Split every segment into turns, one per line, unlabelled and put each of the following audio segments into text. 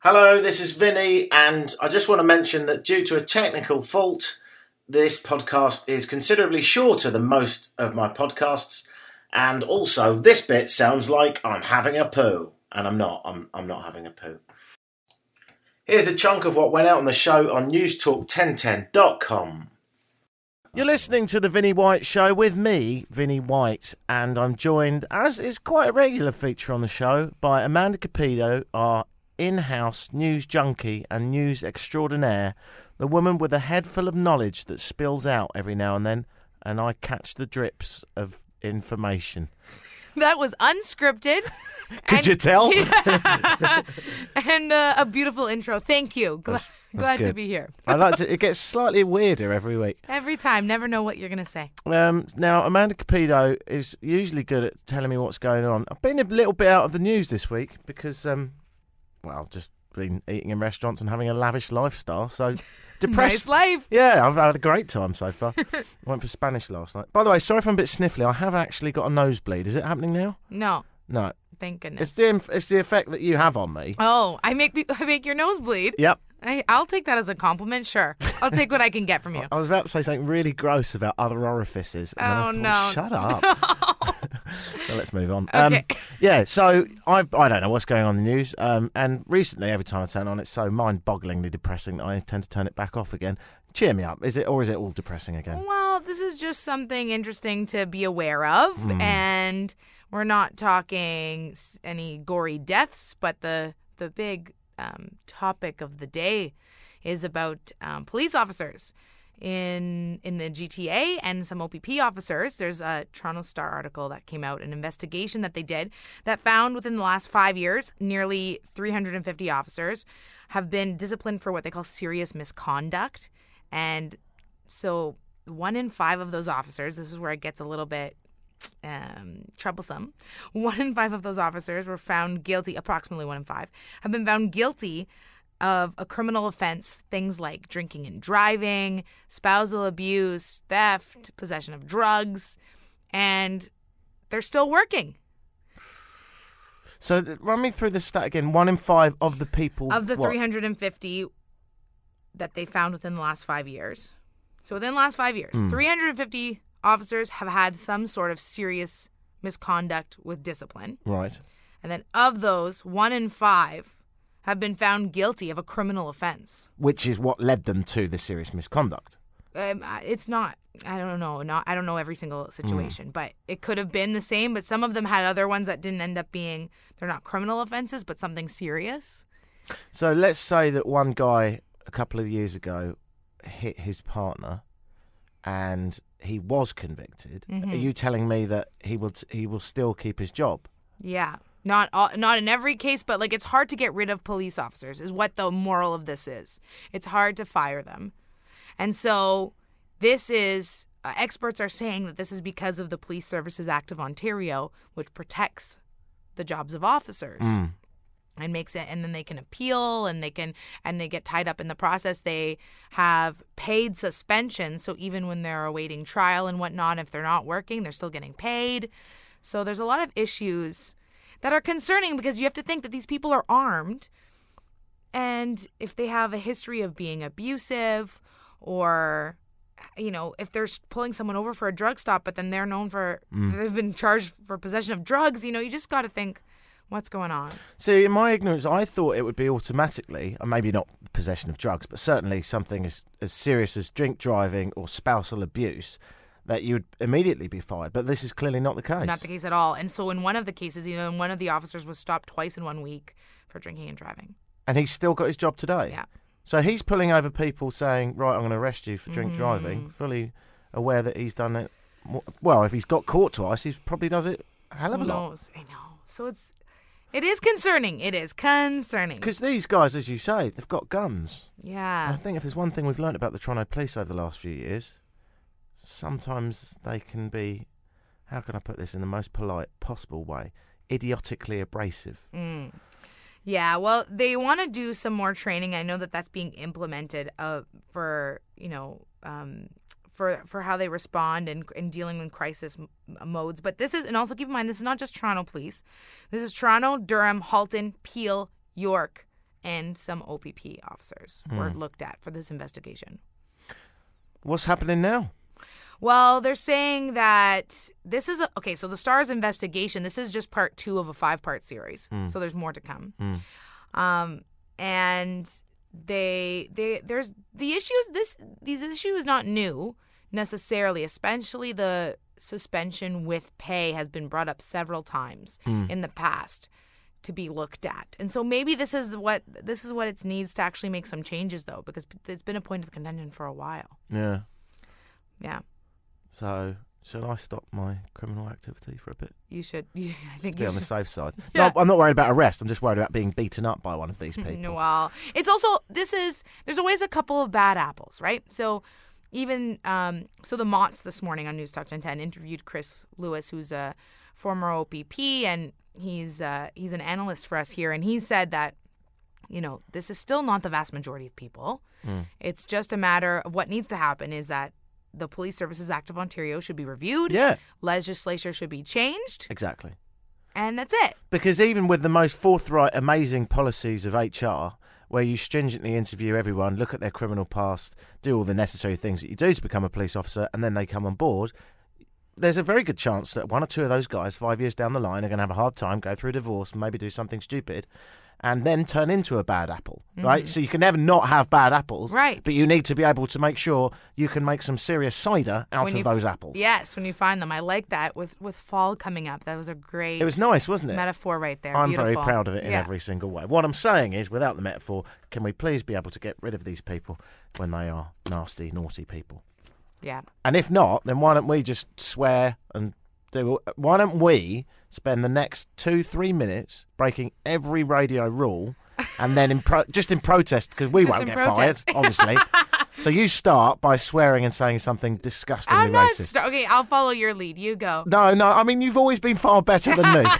Hello, this is Vinny, and I just want to mention that due to a technical fault, this podcast is considerably shorter than most of my podcasts, and also this bit sounds like I'm having a poo, and I'm not. I'm I'm not having a poo. Here's a chunk of what went out on the show on newstalk1010.com. You're listening to the Vinnie White Show with me, Vinnie White, and I'm joined, as is quite a regular feature on the show, by Amanda Capido, our in house news junkie and news extraordinaire, the woman with a head full of knowledge that spills out every now and then, and I catch the drips of information.
That was unscripted.
Could
And-
you tell?
and uh, a beautiful intro. Thank you. Gla-
that's
glad to
good.
be here.
I like to, it gets slightly weirder every week.
Every time, never know what you're going to say.
Um, now, Amanda Capido is usually good at telling me what's going on. I've been a little bit out of the news this week because, um, well, I've just been eating in restaurants and having a lavish lifestyle. So depressed.
Nice life.
Yeah, I've had a great time so far. Went for Spanish last night. By the way, sorry if I'm a bit sniffly. I have actually got a nosebleed. Is it happening now?
No,
No.
thank goodness.
It's the inf- it's the effect that you have on me.
oh, I make peop- I make your nose bleed.
Yep.
I, I'll take that as a compliment. Sure, I'll take what I can get from you.
I was about to say something really gross about other orifices. And
Oh,
then I
no.
thought, Shut up. so let's move on. Um,
Okay.
yeah, so I, I don't know what's going on in the news. Um, and recently, every time I turn on, it's so mind bogglingly depressing that I tend to turn it back off again. Cheer me up. Is it or is it all depressing again?
Well, this is just something interesting to be aware of, and we're not talking s- any gory deaths, but the the big um, topic of the day is about um, police officers in in the GTA and some OPP officers. There's a Toronto Star article that came out, an investigation that they did that found within the last five years, nearly 350 officers have been disciplined for what they call serious misconduct, and so one in five of those officers this is where it gets a little bit um, troublesome one in five of those officers were found guilty approximately one in five have been found guilty of a criminal offense things like drinking and driving spousal abuse theft possession of drugs and they're still working
So th- run me through the stat again. One in five of the people
of the
what?
350 that they found within the last five years. So within the last five years, 350 officers have had some sort of serious misconduct with discipline.
Right.
And then of those, one in five have been found guilty of a criminal offense.
Which is what led them to the serious misconduct.
Um, I- it's not. I don't know. Not. I don't know every single situation, but it could have been the same. But some of them had other ones that didn't end up being. They're not criminal offenses, but something serious.
So let's say that one guy a couple of years ago hit his partner, and he was convicted.
Mm-hmm.
Are you telling me that he will he will still keep his job?
Yeah. Not all, not in every case, but like it's hard to get rid of police officers is what the moral of this is. It's hard to fire them. And so this is uh, experts are saying that this is because of the Police Services Act of Ontario, which protects the jobs of officers. And makes it, and then they can appeal, and they can, and they get tied up in the process. They have paid suspension, so even when they're awaiting trial and whatnot, if they're not working, they're still getting paid. So there's a lot of issues that are concerning because you have to think that these people are armed. And if they have a history of being abusive or, you know, if they're s- pulling someone over for a drug stop, but then they're known for, they've been charged for possession of drugs, you know, you just got to think what's going on.
See, in my ignorance, I thought it would be automatically, and maybe not possession of drugs, but certainly something as, as serious as drink driving or spousal abuse, that you would immediately be fired. But this is clearly not the case.
Not the case at all. And so in one of the cases, even one of the officers was stopped twice in one week for drinking and driving.
and he's still got his job today.
Yeah.
So he's pulling over people saying, "Right, I'm going to arrest you for
Mm.
drink driving," fully aware that he's done it. mo- Well, if he's got caught twice, he probably does it a hell of
Who
a lot.
knows? I know. So it's, it is concerning. It is concerning.
Because these guys, as you say, they've got guns. And
Yeah.
I think if there's one thing we've learned about the Toronto police over the last few years, sometimes they can be, how can I put this in the most polite possible way, idiotically abrasive.
Mm. Yeah, well, they want to do some more training. I know that that's being implemented uh, for you know um, for for how they respond and and dealing with crisis m- modes. But this is, and also keep in mind, this is not just Toronto Police. This is Toronto, Durham, Halton, Peel, York, and some OPP officers were looked at for this investigation.
What's happening now?
Well, they're saying that this is a, okay. So the Stars investigation. This is just part two of a five-part series. So there's more to come. Um, and they they there's the issues. This these issue is not new necessarily. Especially the suspension with pay has been brought up several times in the past to be looked at. And so maybe this is what this is what it needs to actually make some changes though, because it's been a point of contention for a while.
Yeah.
Yeah.
So, shall I stop my criminal activity for a bit?
You should. You, I
To
think
be
you
on the
should.
safe side.
Yeah.
No, I'm not worried about arrest. I'm just worried about being beaten up by one of these people.
Well, it's also this is there's always a couple of bad apples, right? So even um, so, the Mott's this morning on News Talk 1010 interviewed Chris Lewis, who's a former OPP, and he's uh, he's an analyst for us here, and he said that you know this is still not the vast majority of people.
Mm.
It's just a matter of what needs to happen is that the Police Services Act of Ontario should be reviewed,
Yeah,
legislature should be changed,
exactly.
and that's it.
Because even with the most forthright, amazing policies of HR, where you stringently interview everyone, look at their criminal past, do all the necessary things that you do to become a police officer, and then they come on board, there's a very good chance that one or two of those guys, five years down the line, are going to have a hard time, go through a divorce, maybe do something stupid, and then turn into a bad apple, right? So you can never not have bad apples,
Mm. Right.
But you need to be able to make sure you can make some serious cider out
When
of
you-
those apples.
Yes, when you find them, I like that with with fall coming up. That was a great.
It was nice, wasn't it?
metaphor right there.
I'm
Beautiful.
very proud of it in
Yeah.
every single way. What I'm saying is, without the metaphor, can we please be able to get rid of these people when they are nasty, naughty people?
Yeah,
And if not, then why don't we just swear and do? Why don't we spend the next two, three minutes breaking every radio rule, and then in pro- just in protest because we
Just
won't
in
get
protest.
fired, obviously. so you start by swearing and saying something disgustingly
I'm not.
racist.
st- okay, I'll follow your lead. You go.
No, no. I mean, you've always been far better than me.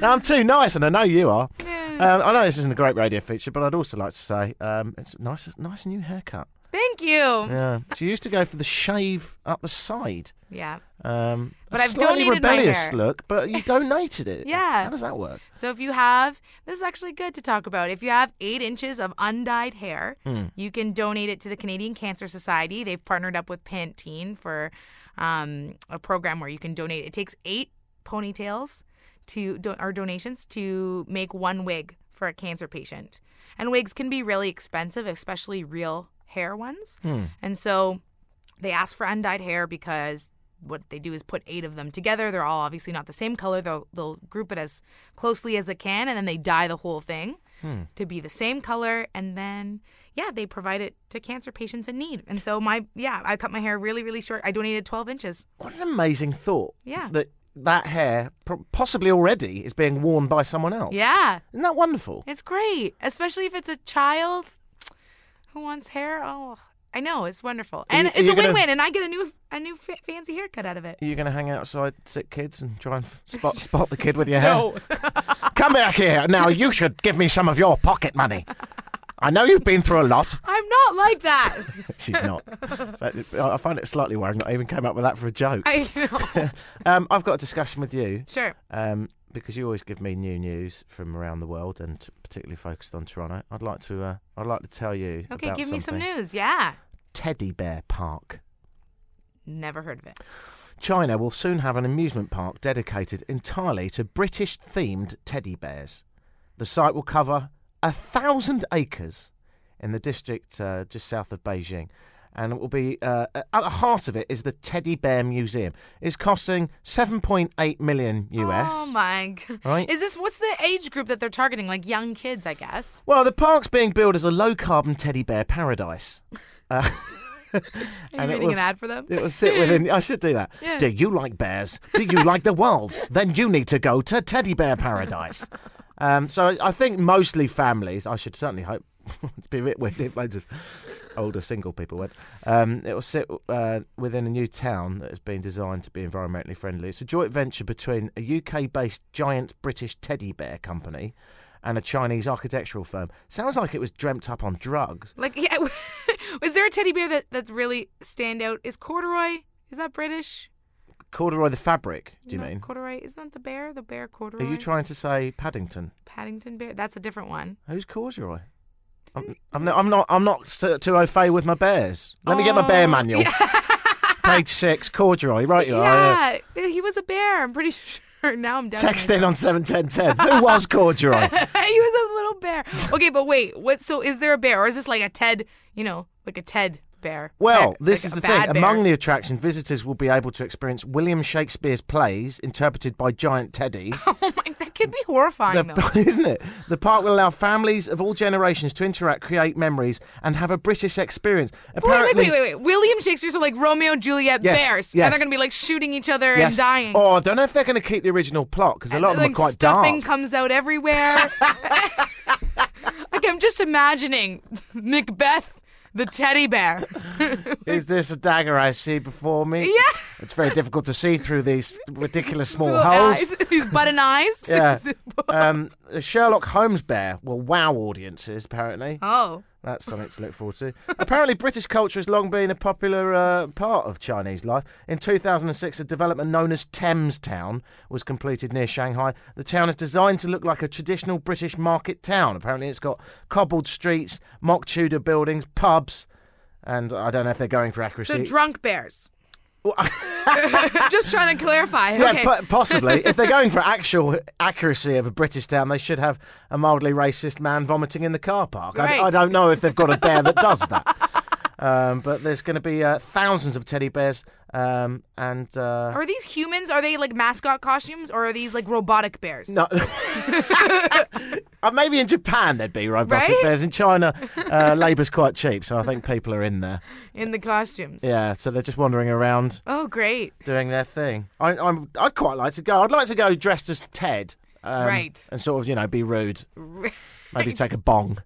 no, I'm too nice, and I know you are. Um, I know this isn't a great radio feature, but I'd also like to say um, it's nice, nice new haircut.
Thank you.
Yeah. so you used to go for the shave up the side.
Yeah.
Um,
But
a
I've
slightly
donated my
rebellious
hair.
look, but you donated it.
Yeah.
How does that work?
So if you have, this is actually good to talk about. If you have eight inches of undyed hair, you can donate it to the Canadian Cancer Society. They've partnered up with Pantene for um, a program where you can donate. It takes eight ponytails to do, or donations to make one wig for a cancer patient. And wigs can be really expensive, especially real hair ones. And so they ask for undyed hair because what they do is put eight of them together. They're all obviously not the same color. They'll they'll group it as closely as they can, and then they dye the whole thing to be the same color. And then yeah, they provide it to cancer patients in need. And so my yeah, I cut my hair really really short. I donated twelve inches.
What an amazing thought.
Yeah.
That that hair pro- possibly already is being worn by someone else.
Yeah,
Isn't that wonderful?
it's great, especially if it's a child who wants hair. Oh, I know it's wonderful, and
you- are
it's
you
a
gonna-
win-win. And I get a new a new fa- fancy haircut out of it.
Are you going to hang outside sick kids and try and f- spot spot the kid with your hair? Come back here. Now, you should give me some of your pocket money. I know you've been through a lot.
I'm not like that.
She's not. But it- I I find it slightly worrying that I even came up with that for a joke.
I know.
Um, I've got a discussion with you
Sure.
um, because you always give me new news from around the world and t- particularly focused on Toronto. I'd like to. Uh, I'd like to tell you.
Okay,
about
give me some
something.
news. Yeah.
Teddy Bear Park.
Never heard of it.
China will soon have an amusement park dedicated entirely to British themed teddy bears. The site will cover a thousand acres in the district uh, just south of Beijing. And it will be uh, at the heart of it is the Teddy Bear Museum. It's costing 7.8 million US.
Oh my god.
Right.
Is this what's the age group that they're targeting? Like young kids, I guess.
Well, the park's being billed as a low carbon teddy bear paradise. Uh,
Are you
and it
reading
will
an ad for them?
It will sit within. I should do that.
Yeah.
Do you like bears? Do you like the world? Then you need to go to Teddy Bear Paradise. um, so I, I think mostly families. I should certainly hope. it'd be a bit weird if loads of older single people went. Um, it will sit uh, within a new town that has been designed to be environmentally friendly. It's a joint venture between a UK-based giant British teddy bear company and a Chinese architectural firm. Sounds like it was dreamt up on drugs.
Like yeah. was there a teddy bear that that's really stand out? Is corduroy? Is that British?
Corduroy the fabric, do you
No,
mean?
corduroy? Isn't that the bear? The bear corduroy?
Are you trying to say Paddington?
Paddington bear? That's a different one.
Who's corduroy? I'm, I'm, no, I'm not. I'm not s- too au fait with my bears. Let me get my bear
Oh.
manual. Page six, corduroy. Right, you are.
yeah, he was a bear. I'm pretty sure. Now I'm
yeah.
down.
Text in on seven ten ten. Who was corduroy?
he was a little bear. Okay, but wait, what? So is there a bear, or is this like a Ted? You know, like a Ted bear?
Well,
Like
this
a
is the
bad
thing.
bear.
Among the attractions, visitors will be able to experience William Shakespeare's plays interpreted by giant teddies.
Oh my, that could be horrifying though.
The- isn't it? The park will allow families of all generations to interact, create memories, and have a British experience.
Wait, wait,
Apparently,
wait, wait, wait. William Shakespeare's are like Romeo and Juliet
Yes,
bears,
yes.
and they're gonna be like shooting each other
yes.
and dying.
Oh, I don't know if they're going to keep the original plot because a lot of them
like
are quite
stuffing
dark.
comes out everywhere. like I'm just imagining Macbeth, the teddy bear.
Is this a dagger I see before me?
Yeah.
It's very difficult to see through these ridiculous small
Little
holes.
eyes, these button eyes.
Yeah. Um, a Sherlock Holmes bear will wow audiences, apparently.
oh.
That's something to look forward to. Apparently, British culture has long been a popular uh, part of Chinese life. In 2006, a development known as Thames Town was completed near Shanghai. The town is designed to look like a traditional British market town. Apparently, it's got cobbled streets, mock Tudor buildings, pubs, and I don't know if they're going for
So
accuracy.
drunk bears. just trying to clarify.
yeah,
okay.
po- possibly. if they're going for actual accuracy of a British town, they should have a mildly racist man vomiting in the car park.
Right.
I, I don't know if they've got a bear that does that. Um, but there's going to be uh, thousands of teddy bears, um, and uh,
Are these humans? Are they like mascot costumes, or are these like robotic bears?
no. Uh, Maybe in Japan there'd be robotic
Right?
bears. In China, uh, labour's quite cheap, so I think people are in there.
In the costumes.
Yeah, so they're just wandering around
Oh, great.
doing their thing. I, I'm, I'd quite like to go. I'd like to go dressed as Ted, um,
Right.
And sort of, you know, be rude. Maybe take a bong.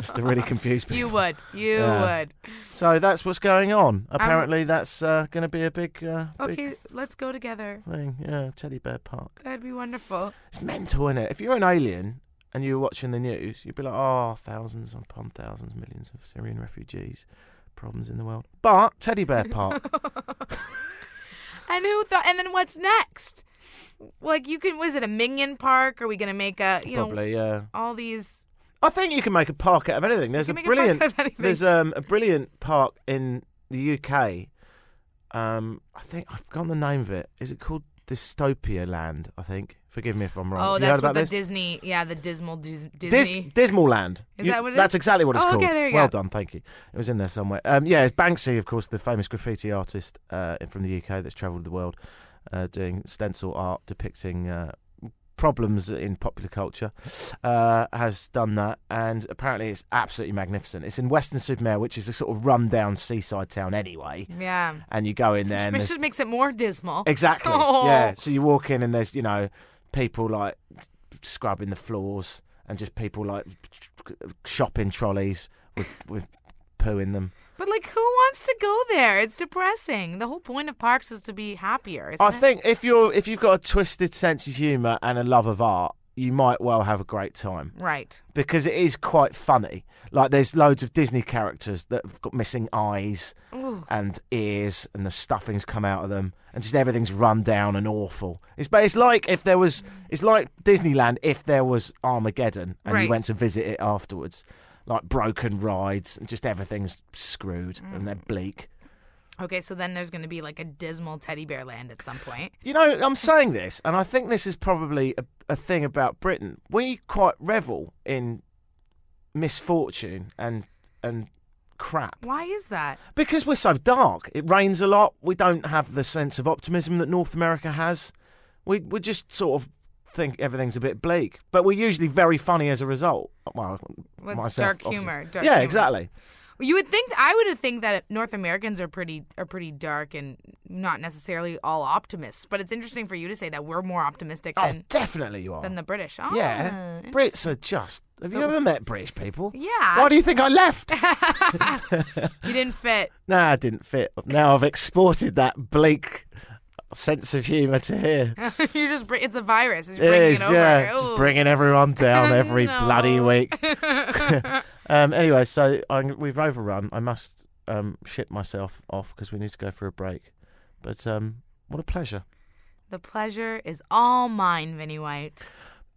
Just to really confuse people.
You would. You
Yeah.
would.
So that's what's going on. Apparently, that's uh, going to be a big, uh, big
Um, Okay, let's go together.
thing. Yeah, Teddy Bear Park.
That'd be wonderful.
It's mental, is it? If you're an alien and you were watching the news, you'd be like, oh, thousands upon thousands, millions of Syrian refugees, problems in the world. But Teddy Bear Park.
And who thought? And then what's next? Like you can. Was it a minion park? Are we gonna make a? You know,
Probably, yeah.
all these.
I think you can make a park out of anything. There's a
can make a park
brilliant
out of anything.
there's um, a brilliant park in the UK. Um, I think I've forgotten the name of it. Is it called Dystopia Land? I think. Forgive me if I'm wrong.
Oh,
Have you heard
that's
about
what the
this?
Disney. Yeah, the dismal dis-
Dis-
Disney.
Dismal Land.
Is that what it
That's
is?
exactly what it's
Oh,
called.
okay, there you
well
go.
done, thank you. It was in there somewhere. Um, yeah, it's Banksy, of course, the famous graffiti artist uh, from the UK that's travelled the world uh, doing stencil art depicting uh, problems in popular culture, uh, has done that. And apparently it's absolutely magnificent. It's in Western Supermare, which is a sort of rundown seaside town anyway.
yeah.
And you go in there and
Which
there's-
just makes it more dismal.
Exactly.
Oh.
Yeah. So you walk in and there's you know people like scrubbing the floors and just people like shopping trolleys with with poo in them.
But like, who wants to go there? It's depressing. The whole point of parks is to be happier. Isn't
I
it?
think if you're if you've got a twisted sense of humour and a love of art, you might well have a great time.
Right.
because it is quite funny. Like there's loads of Disney characters that have got missing eyes
Ooh.
and ears, and the stuffings come out of them, and just everything's run down and awful. It's but it's like if there was, it's like Disneyland if there was Armageddon and
Right.
you went to visit it afterwards. Like broken rides and just everything's screwed and they're bleak.
Okay, so then there's going to be like a dismal teddy bear land at some point.
You know, I'm saying this, and I think this is probably a, a thing about Britain. We quite revel in misfortune and and crap
Why is that?
because we're so dark. It rains a lot. We don't have the sense of optimism that North America has. We we just sort of think everything's a bit bleak, but we're usually very funny as a result. Well,
Well,
myself,
it's dark
obviously.
humor. Dark
yeah,
humor.
exactly.
You would think I would think that North Americans are pretty are pretty dark and not necessarily all optimists. But it's interesting for you to say that we're more optimistic
Oh,
than
definitely you are.
than the British. Ah, Oh.
yeah, Brits are just. Have you ever met British people?
Yeah.
Why do you think I left?
you didn't fit.
Nah, it didn't fit. Now I've exported that bleak sense of humour to here.
You're just br- it's a virus. It's
It
bringing
is,
it over.
yeah.
Ooh.
Just bringing everyone down every
No.
bloody week. um, anyway, so I'm, we've overrun. I must um, ship myself off because we need to go for a break. But um, What a pleasure.
The pleasure is all mine, Vinny White.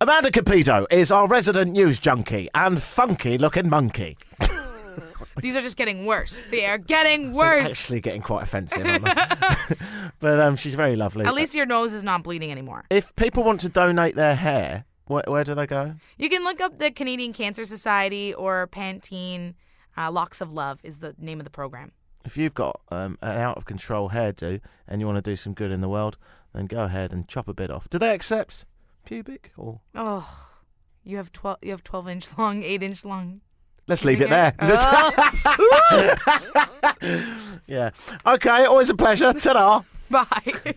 Amanda Capito is our resident news junkie and funky looking monkey.
These are just getting worse. They are getting worse.
Actually, getting quite offensive. aren't I? but um, she's very lovely.
At least your nose is not bleeding anymore.
if people want to donate their hair, where, where do they go?
You can look up the Canadian Cancer Society or Pantene. Uh, Locks of Love is the name of the program.
If you've got um, an out of control hairdo and you want to do some good in the world, then go ahead and chop a bit off. Do they accept pubic or?
Oh, you have twelve. You have twelve inch long, eight inch long.
Let's leave it there.
Ah.
yeah. Okay. Always a pleasure. Ta-da.
Bye.